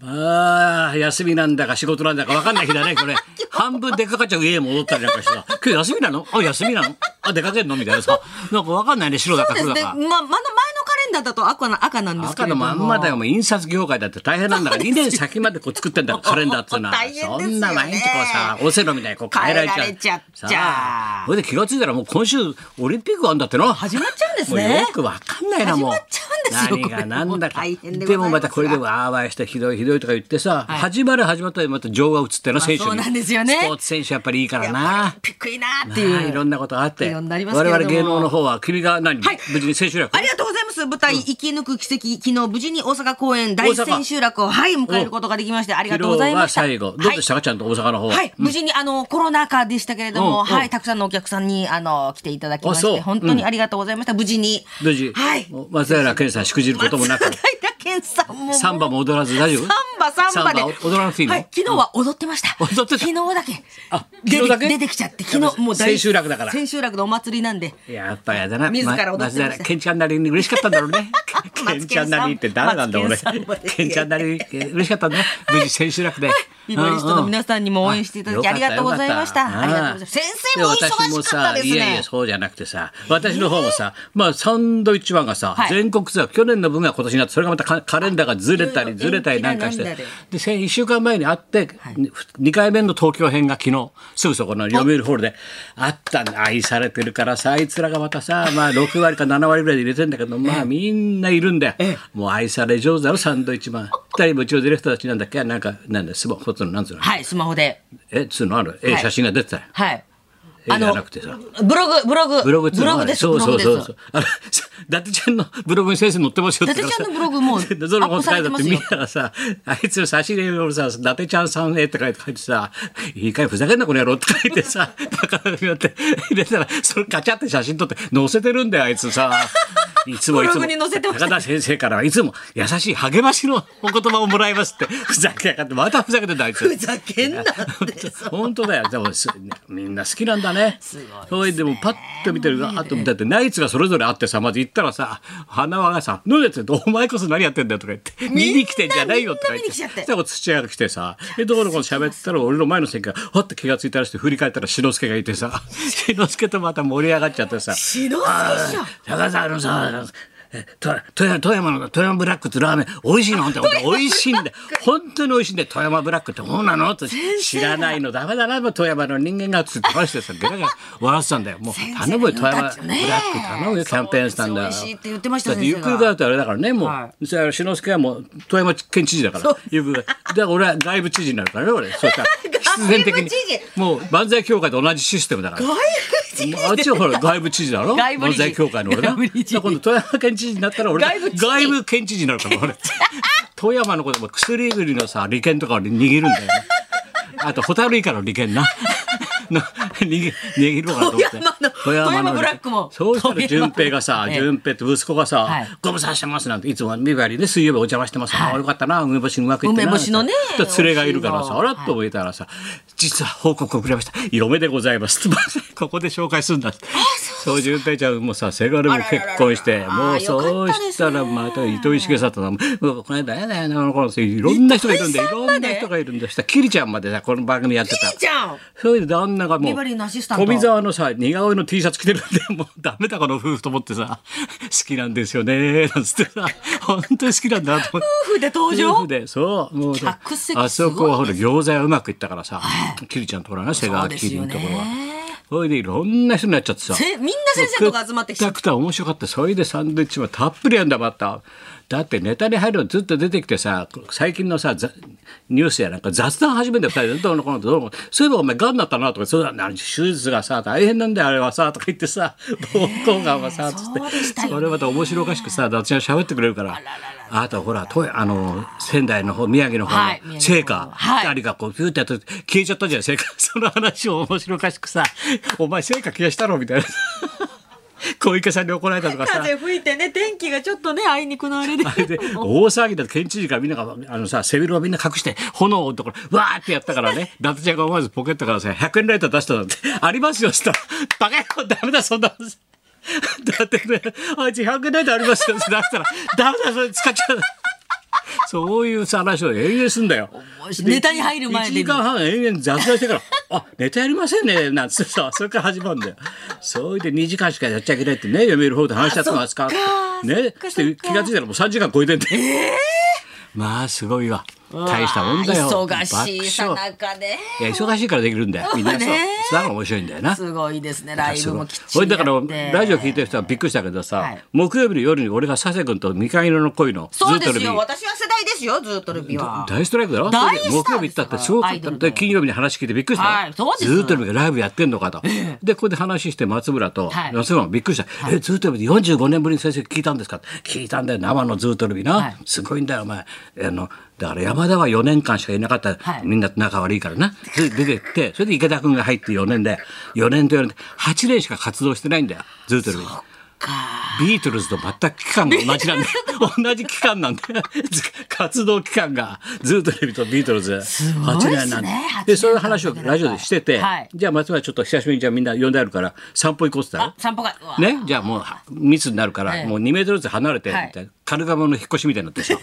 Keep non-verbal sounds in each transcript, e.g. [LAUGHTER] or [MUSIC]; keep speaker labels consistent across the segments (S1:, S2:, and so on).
S1: まあ、休みなんだか仕事なんだか分かんない日だね、こ
S2: [LAUGHS]
S1: れ。半分出かかっちゃう家へ戻ったりなんかしてさ、今日休みなのあ、休みなのあ、出かけんのみたいなさ、なんか分かんないね、白だ
S2: そ
S1: か
S2: うで
S1: 黒
S2: す
S1: だ
S2: ね。ま
S1: か
S2: あ、。まだ前のカレンダーだと赤な、赤なんですけ
S1: 赤
S2: れど
S1: の
S2: も。
S1: まんまだよ、もう印刷業界だって大変なんだから、2年先までこう作ってんだから、カレンダーってのは。
S2: 大変ですよね
S1: そんな毎日こうさ、オセロみたいにこう変えられちゃう。
S2: 変えられちゃっちゃ
S1: さ
S2: う
S1: あそれで気がついたらもう今週オリンピックあんだってな。
S2: 始まっちゃうんですね
S1: もうよくわかんないな、もう。
S2: 始まっちゃうんですよ
S1: 何がなんだか。
S2: これもう大変でござ
S1: で
S2: いますが
S1: もまたこれでもあーわいしてひどいひどいとか言ってさ、
S2: はい
S1: 始まる始まったでまた情が移ってな、選手に。
S2: そうなんですよね
S1: スポーツ選手やっぱりいいから
S2: やっぱ
S1: な
S2: り。ピックいなーって
S1: まあ
S2: いう。
S1: いろんなことがあって。
S2: いろ
S1: 我
S2: んなありますけれども
S1: 々芸能の方は君が何
S2: はい
S1: 無事に千秋楽
S2: ありがとうございます。舞台、生き抜く奇跡、昨日無事に大阪公演、
S1: 阪
S2: 大千秋楽を、はい、迎えることができまして、ありがとうございま
S1: は
S2: した。
S1: 最後。どうでした
S2: は
S1: か、ちゃんと大阪の方
S2: い
S1: は。
S2: はい、無事にあのコロナ禍でしたけれども、
S1: うん
S2: は
S1: うん
S2: い、たくさんのお客さんにあの来ていただきまし
S1: あそう
S2: て、本当にありがとうございました。無事に。
S1: 無事、
S2: はい。
S1: 松平健さんしくじることもなく
S2: 松、平健さんも。
S1: サンバも踊らず大丈夫
S2: サンバ、サンバで。
S1: サンバ踊らなくていいの
S2: はい、昨日は踊ってました。
S1: うん踊ってた
S2: 昨日だけ。
S1: あ昨日だけ
S2: 出て出てきちゃって、昨日もう大
S1: 千秋楽だから
S2: 千秋楽のお祭りなんで。
S1: やっぱやだな。
S2: 自ら踊ってま
S1: 松
S2: した。
S1: 平健ちゃんなりに嬉しかったんだろうね
S2: [LAUGHS]
S1: 健ちゃんなりって誰なんだ俺。
S2: 松健さんもですね
S1: 健ちゃんなり嬉しかったね。無事千秋楽で。
S2: ビバリストの皆さんにも応援していただき
S1: うんうん
S2: ありがとうございました
S1: よかっ
S2: ありがと
S1: よ
S2: うございま
S1: か
S2: し
S1: った
S2: 先生もお忙しかったですね
S1: 私もさいやいや、そうじゃなくてさ、私の方もさ、まあ、サンドイッチマンがさ
S2: はい、
S1: 全国ツアー、去年の分が今年になって、それがまたカカレンダーがずれた
S2: い
S1: り
S2: ろいろ
S1: ずれたりなんかし
S2: 延期
S1: て
S2: だなんだ、
S1: で、先1週間前に会って、2回目の東京編が昨日、すぐそこの読売ホールであったんだ。愛されてるからさ、あいつらがまたさ、まあ、6割か7割ぐらいで入れてんだけど、まあ、みんないるんだよ。もう愛され上手だろ、サンドイッチマン。二人もうちのディレクターたちなんだっけなんか、なんだ、スマホつうの、なんつうの。
S2: はい、スマホで。
S1: え、つうのある、え、
S2: はい
S1: 写真が出てたよ。
S2: はい。
S1: 絵じゃなくてさ。
S2: ブログ、ブログ。
S1: ブログっつう
S2: ブ
S1: の
S2: ロ
S1: は
S2: グ
S1: ね
S2: です。
S1: そ
S2: ブ
S1: う
S2: ロ
S1: そ
S2: グ
S1: う
S2: です。
S1: そうそう。あの、伊達ちゃんのブログに先生載ってますよって言うからさ
S2: 伊達ちゃんのブログもう
S1: で [LAUGHS] それ
S2: アッ
S1: も
S2: プされて
S1: だっ
S2: ま
S1: て
S2: すよ
S1: 見たらさ、あいつの差し入れをさ、伊達ちゃんさんへって書いて書いてさ、いいかいふざけんなこの野郎って書いてさ、バカだよって入れたら、それカチャって写真撮って載せてるんだよ、あいつさ。いつもいつ
S2: ブロ
S1: も
S2: グに載せてました
S1: 高田先生からはいつも優しい励ましのお言葉をもらいますってふざけやがってまたふざけてたあいつ
S2: ふざけんなって。
S1: [LAUGHS] 本当だよ。でもすみんな好きなんだね。
S2: すごいで
S1: それで
S2: すね
S1: もパッと見てるが、あとだってナイツがそれぞれあってさ、まず行ったらさ、花輪がさ、飲んでってお前こそ何やってんだよとか言って、見に来てんじゃないよとか言っ
S2: みんな見に
S1: て。
S2: 来ちゃって
S1: そしたら土屋が来てさ、で、どこの子の喋ったら俺の前の席が、はって気がついたらして振り返ったら志の輔がいて
S2: [LAUGHS]
S1: さ、志の輔とまた盛り上がっちゃってさ、
S2: しのすけ師匠。
S1: 高田さんあのさあのえと富山富山の富山ブラックってラーメン美味しいのって
S2: [LAUGHS]
S1: 本当美味しいんで本当に美味しいんで富山ブラックってどうなのって知らないのダメだなもう富山の人間がつって話してさゲラゲラ笑ってたんだよもう
S2: 先生
S1: 頼むよ富山ブラ
S2: だっ
S1: ッ
S2: てね
S1: ク頼むよキャンペーンしたんだよ
S2: そうですよ美味しいって言ってました
S1: だって
S2: 先
S1: ゆ
S2: 生
S1: っくり
S2: が
S1: 考えるとあれだからねも
S2: は
S1: うそれは志の輔はもう富山県知事だからゆっくりだから俺は外部知事になるからね俺そうしたら必然的
S2: [LAUGHS] 外
S1: に
S2: 部知事
S1: もう万歳協会と同じシステムだから
S2: 外部知事
S1: あっちはほら外部知事だろ
S2: 外部理
S1: 漫
S2: 事
S1: 才協会の俺な
S2: 外部理事
S1: だから今度富山県知事になったら俺
S2: 外部知事
S1: 外部県知事になるから俺富山のことも薬売りのさ利権とかを握るんだよねあとホタルイカの利権なの握握ろうかなと思って
S2: 富山の富山ブラックも
S1: そうしたら順平がさ
S2: 富山
S1: 順平って息子がさ、
S2: はい
S1: ご無沙汰してますなんていつもビバリーで水曜日お邪魔してます、ああよかったな梅干しうまくいってな
S2: 梅干しのね
S1: だから連れがいるからさ
S2: 美味しい
S1: あ
S2: の
S1: らっと思えたらさ、実は報告をくれました嫁でございますって [LAUGHS] ここで紹介するんだってそう順平ちゃんもさせがれも結婚して
S2: あらららら
S1: も
S2: あ
S1: う
S2: ーよ
S1: そ
S2: か
S1: う
S2: ったで
S1: し
S2: すね
S1: たらまた糸井重里さんももうこの間やだやだあの頃いろんな人がいるんだよい
S2: 糸井
S1: ろ
S2: さんま
S1: ん
S2: で
S1: な人がいるんだよしたキリちゃんまでさこの番組やってた
S2: いいじゃん。
S1: それで旦那がもう
S2: ビバリーのアシスタント
S1: 富澤のさ似顔絵の T シャツ着てるんでもうダメだこの夫婦と思ってさ好きなんですよねなんつってさ本当に好きなんだなと思って。
S2: 夫婦で登場。
S1: 夫婦でそうもうさ
S2: 客席すごい
S1: あそこはほら餃子はうまくいったからさ、キリちゃんのところはな瀬
S2: そ
S1: 川
S2: うで
S1: キ
S2: す
S1: リ
S2: よ
S1: のところは
S2: ね。
S1: それでいろんな人になっちゃってさ
S2: せみんな先生とか集まってき。
S1: くったくた面白かったそれでサンドイッチもたっぷりやんだまただってネタに入るのずっと出てきてさ最近のさざニュースやなんか雑談始めんだよ2人でどうのこうのどうのこうのそういえばお前がんだったなとかそうだな手術がさ大変なんだよあれはさとか言ってさ膀胱がんはさつって
S2: そうでしたよね
S1: それまた面白おかしくさ達也喋ってくれるからあとほらとあの仙台の方宮城の方
S2: はい
S1: の聖火、
S2: はい
S1: 二人がこうピューってやった時消えちゃったじゃん聖火その話を面白おかしくさ「お前聖火消やしたろ」みたいな小池さんに怒られたとかさ。
S2: 風吹いてね、天気がちょっとね、あいにくのあれで。
S1: あ [LAUGHS] れで大騒ぎだ県知事からみんながあのさ背広をみんな隠して炎のところわーってやったから [LAUGHS] ね伊達ちゃんが思わずポケットからさ100円ライター出したなんて「ありますよ」っつったら「バカ野郎ダメだそんなの」だってねあいつ100円ライターありますよって出したら「ダメだそれ使っちゃう」そういうさ話を延々すんだよ。
S2: ネタに入る
S1: 1
S2: 前で
S1: 時間半延々雑談してから「あネタやりませんね」なんつってさそれから始まるんだよ。そう言って2時間しかやっちゃいけないってね読める方で話しちゃったのですか
S2: あそっか
S1: ね
S2: そっか
S1: して気が付いたらもう3時間超えてんだよ。まあすごいわ [LAUGHS] 大したもんだよ。
S2: 忙しいさ
S1: 爆
S2: な
S1: 笑
S2: かで。
S1: いや忙しいからできるんだよみんなそう
S2: ね
S1: だから面白いんだよな。
S2: すごいですね。ライブもきっち
S1: 俺
S2: りや
S1: だ
S2: って。
S1: からラジオ聞いてる人はびっくりしたけどさ、
S2: はい
S1: 木曜日の夜に俺が佐世君とみかん色の恋のず
S2: そう
S1: っ
S2: で
S1: とル
S2: す
S1: ビ
S2: よ。
S1: ー
S2: 私は世代ですよ。ずっとルビは。
S1: 大ストライクだろ
S2: 大スターですよ
S1: 木曜日行ったってすごか
S2: ア
S1: っ
S2: イド
S1: た
S2: ル
S1: で
S2: で
S1: 金曜日に話聞いてびっくりしたよ、
S2: はいそうです
S1: ずっとルビーがライブやってんのかと、でここで話して松村と
S2: はい
S1: 松村もびっくりした、えずっとルビー45年ぶりに先生聞いたんですかって聞いたんだよ生のずっとルビーな、
S2: はい
S1: すごいんだよお前あのだから山田は4年間しかいなかった、
S2: はい
S1: みんな仲悪いからなで出てってそれで池田君が入って4年で4年と4年で8年しか活動してないんだよずっとルビー
S2: か
S1: ビートルズと全く期間が同じ
S2: [LAUGHS]
S1: なんで同じ期間なんで活動期間がズートレビとビートルズ
S2: ごいっすね
S1: なんで
S2: 八
S1: で
S2: 年
S1: そういう話をラジオでしてて、
S2: はい
S1: じゃあ松村ちょっと久しぶりにじゃあみんな呼んであるから散歩行こうって言っ
S2: あ
S1: た
S2: 散歩が。うわ
S1: らねじゃあもう密になるから、
S2: ええ
S1: もう2メートルずつ離れてみ
S2: はい
S1: たいな、カルガモの引っ越しみたいになっ
S2: [LAUGHS]
S1: てさ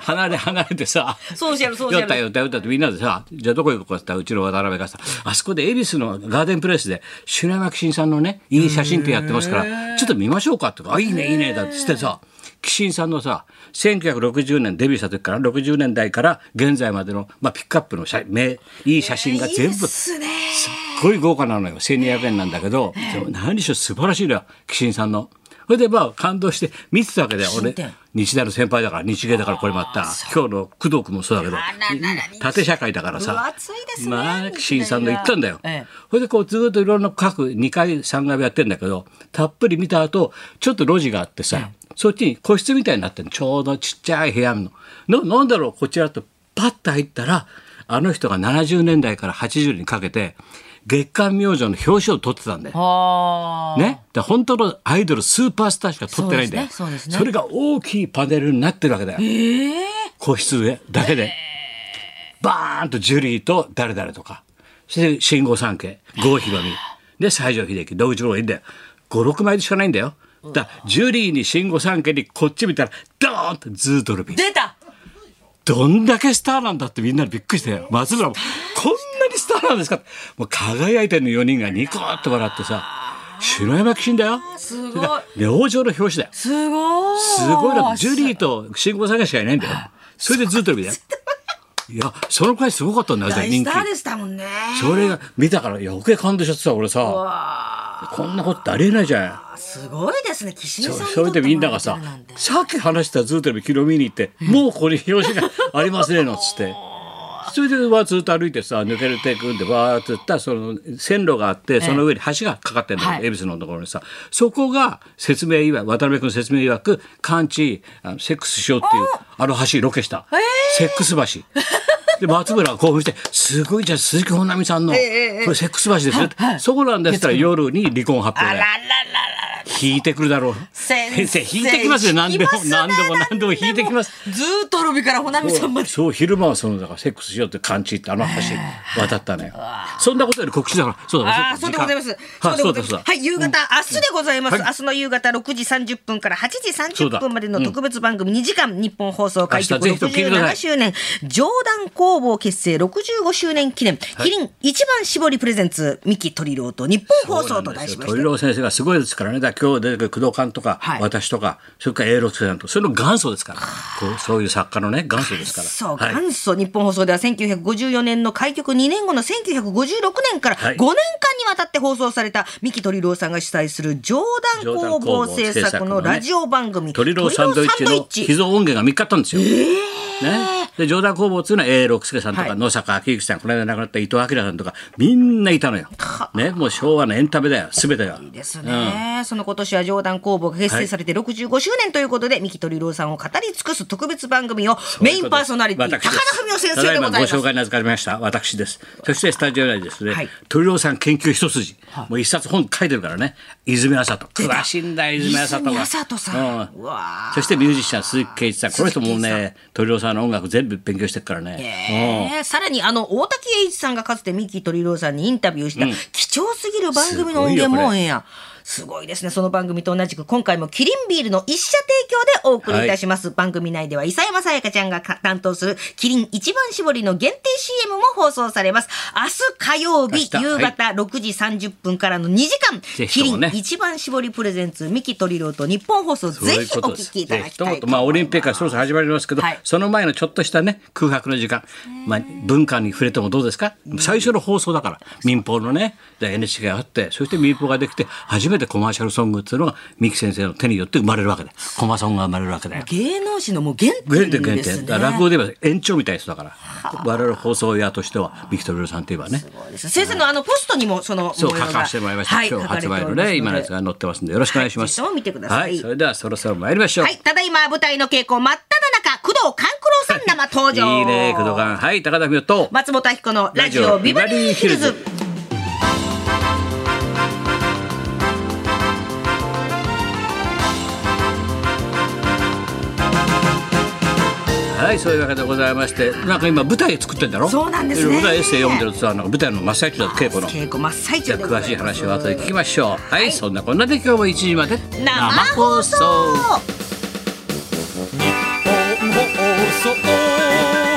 S1: 離れ離れてさ
S2: ソーシャルソーシ
S1: 酔っ
S2: ャ
S1: た
S2: ル。
S1: よ歌ったってみんなでさじゃあどこ行こうかって言ったらうちの渡辺がさあそこで恵比寿のガーデンプレイスで白山紀信さんのねいい写真展やってますからちょっと見ましょうかって言うからあいいねいいねだってしてさ紀信さんのさ1960年デビューした時から60年代から現在までの、まあ、ピックアップの写名いい写真が全
S2: いい
S1: 部
S2: ですね。
S1: すっごい豪華なのよ1200円なんだけど、でも何しろ素晴らしいのよ紀信さんの。それでまあ感動して見てたわけだよ俺
S2: 信って
S1: 日大の先輩だから日芸だからこれまた今日の工藤君もそうだけど
S2: あららら
S1: 縦社会だから
S2: 分
S1: さ
S2: 厚いですね
S1: まあ
S2: 日大は
S1: 紀信さんの言ったんだよ。
S2: ええ
S1: それでこうずっといろんな各2回3回やってんだけどたっぷり見た後ちょっと路地があってさ、そっちに個室みたいになってんのちょうどちっちゃい部屋のななんだろうこちらとパッと入ったらあの人が70年代から80にかけて月刊明星の表紙を取ってたんだよ。
S2: はあ。。
S1: ね、で本当のアイドルスーパースターしか撮ってないんだよ
S2: そうですねそう
S1: れ
S2: ですね
S1: が大きいパネルになってるわけだよ
S2: ええ。
S1: 個室でだけで、バーンとジュリーと誰々とかそして新吾三家郷ひろみで西城秀樹野口五郎がいいんだよ56枚しかないんだよだからジュリーに新吾三家にこっち見たらドーンとズードルビー
S2: 出た。
S1: どんだけスターなんだってみんなびっくりしたよ松村もこんなにスターなんですかもう輝いてる4人がニコッと笑ってさ白山騎士だよ
S2: す
S1: それ
S2: ご
S1: か
S2: い
S1: ら。明星の表紙だよ
S2: すごい。
S1: すごいな。ジュリーと新婚さんがしかいないんだよ。それでずっと見て。いや、その回すごかったんだよ、
S2: 大
S1: 人気
S2: スタ。ーでしたもんね。
S1: それが見たから余計感動しちゃってさ、俺さ。
S2: わあ。
S1: こんなことってありえないじゃん。
S2: すごいですね。岸
S1: そ
S2: 井
S1: う
S2: さんに
S1: それでみんなが
S2: と
S1: さ
S2: ってもらえてるなんて
S1: さっき話したずっと昨日見に行ってもうここに表紙がありますねのっつ
S2: [LAUGHS]
S1: って。それでわーずっと歩いてさ抜けるていくんでわーってったらその線路があってその上に橋がかかってんだ
S2: は
S1: よ
S2: い
S1: 恵比寿のところにさそこが説明いわ渡辺君説明いわく完治あのセックスしようっていうあの橋ロケした、セックス橋で松村が興奮して「すごいじゃん鈴木保奈美さんの、
S2: ええ
S1: これセックス橋ですね」ってそこなんです」ったら夜に離婚発
S2: あ
S1: 表で
S2: らら。らら。
S1: 引いてくるだろう。
S2: 先生
S1: 引いてきますよ。何でも
S2: 引きます、ね
S1: 何でも、何でも引いてきます。
S2: ずーっとルビからほなみさんまで。
S1: そう、昼間はその、だから、セックスしようって感じって、あの橋渡ったのよ。そんなことより告知だから。そうだ、
S2: ああ、そうでございます。
S1: はい、そうだ、そう
S2: でございま
S1: だ
S2: す。。はい、夕方、明日でございます。
S1: はい
S2: 明日の夕方6時30分から8時
S1: そう
S2: 30
S1: だ
S2: 分までの特別番組2時間、日本放送開局
S1: 明日ぜひとも聞いてくださ
S2: 67
S1: い
S2: 周年、上段工房結成65周年記念、キリン一番絞りプレゼンツ、三木鳥郎と日本放送と題しまし
S1: 鳥
S2: て。
S1: 郎先生がすごいですからね。だから今日出てくる工藤館とか、
S2: はい
S1: 私とか、それから永六輔さんと、それの元祖ですから。こうそういう作家のね、元祖ですから。
S2: そう、
S1: はい
S2: 元祖日本放送では1954年の開局2年後の1956年から5
S1: はい
S2: 年間にわたって放送された三木鳥郎さんが主催する上段工房制作のラジオ番組
S1: 鳥郎サンドイッチの
S2: 鳥郎サンドイッチ
S1: 秘蔵音源が見つかったんですよ。ね、で上段工房っていうのは永六輔さんと
S2: は
S1: か
S2: い
S1: 野坂昭之さん、この間亡くなった伊藤明さんとかみんないたのよ、ね、もう昭和のエンタメだよ全てが
S2: いいですね、その今年は上段工房が結成されて65周年ということで、三木鳥郎さんを語り尽くす特別番組をメインパーソナリティ高田
S1: 私です
S2: 文夫先生でございま
S1: ただ今ご紹
S2: す。
S1: 介に預かりました私ですそしてスタジオ内にですね、
S2: はい
S1: 鳥郎さん研究一筋、もう一冊本書いてるからね泉麻人詳しいんだよ泉麻人が
S2: 泉麻人さん
S1: う
S2: うわー
S1: そしてミュージシャン鈴木圭一さんこの人も
S2: 鈴木圭
S1: ね鳥郎さんの音楽全部勉強してるからね、うん
S2: えーさらにあの大滝栄一さんがかつて三木鳥郎さんにインタビューした、貴重すぎる番組の音源もオンエア。すごいですね。その番組と同じく、今回もキリンビールの一社提供でお送りいたします。番組内では、伊佐山さやかちゃんが担当する、キリン一番搾りの限定 CM も放送されます。明日火曜日、
S1: 明日
S2: 夕
S1: はい
S2: 方6時30分からの2時間、
S1: ぜひ
S2: キ
S1: と
S2: リ
S1: も
S2: ン
S1: ね
S2: 一番搾りプレゼンツ、三木鳥郎と日本放送、
S1: そう
S2: ぜ
S1: いう
S2: ひ
S1: こ
S2: お
S1: とです
S2: 聞きいただきたいと思い
S1: ぜひ
S2: ま
S1: と
S2: す。
S1: もまあ、オリンピックはそろそろ始まりますけど、
S2: はい
S1: その前のちょっとしたね空白の時間、まあ、文化に触れてもどうですか、最初の放送だから民放のねで NHK があってそして民放ができて初めてコマーシャルソングっていうのが三木先生の手によって生まれるわけでコマソングが生まれるわけだよ。
S2: 芸能人のもう原
S1: 原
S2: 点
S1: 点原
S2: です
S1: 点、
S2: ね。
S1: だから落語で言えば延長みたいな人だから我々放送屋としてはビクトリオさんといえばね
S2: そうです先生のあのポストにもその
S1: そう
S2: 模様
S1: 書
S2: が
S1: かせてもらいました、
S2: はい、
S1: 今日発売の
S2: 書かれ
S1: ね
S2: ており
S1: 今
S2: ます
S1: のやつが載ってますんでよろしくお願いします、
S2: はいぜひとも見てください
S1: はいそれではそろそろ参りましょう、
S2: はい、ただいま舞台の稽古真っ只中工藤官九郎さん生登場
S1: いいね、工藤官。はい、高田文夫と。
S2: 松本明子のラジオビバリーヒルズ。
S1: はい、そういうわけでございまして、なんか今舞台作ってんだろ
S2: そうなんですね
S1: 舞台エッセイ読んでるとさ、なんか舞台の真っ最中だ稽古の。
S2: 稽古真っ最
S1: じゃ
S2: 中
S1: あ
S2: でご
S1: 詳
S2: ざます
S1: しい話を後で聞きましょう。はい、そんなこんなで今日も1時まで
S2: 生放送
S1: 日本放送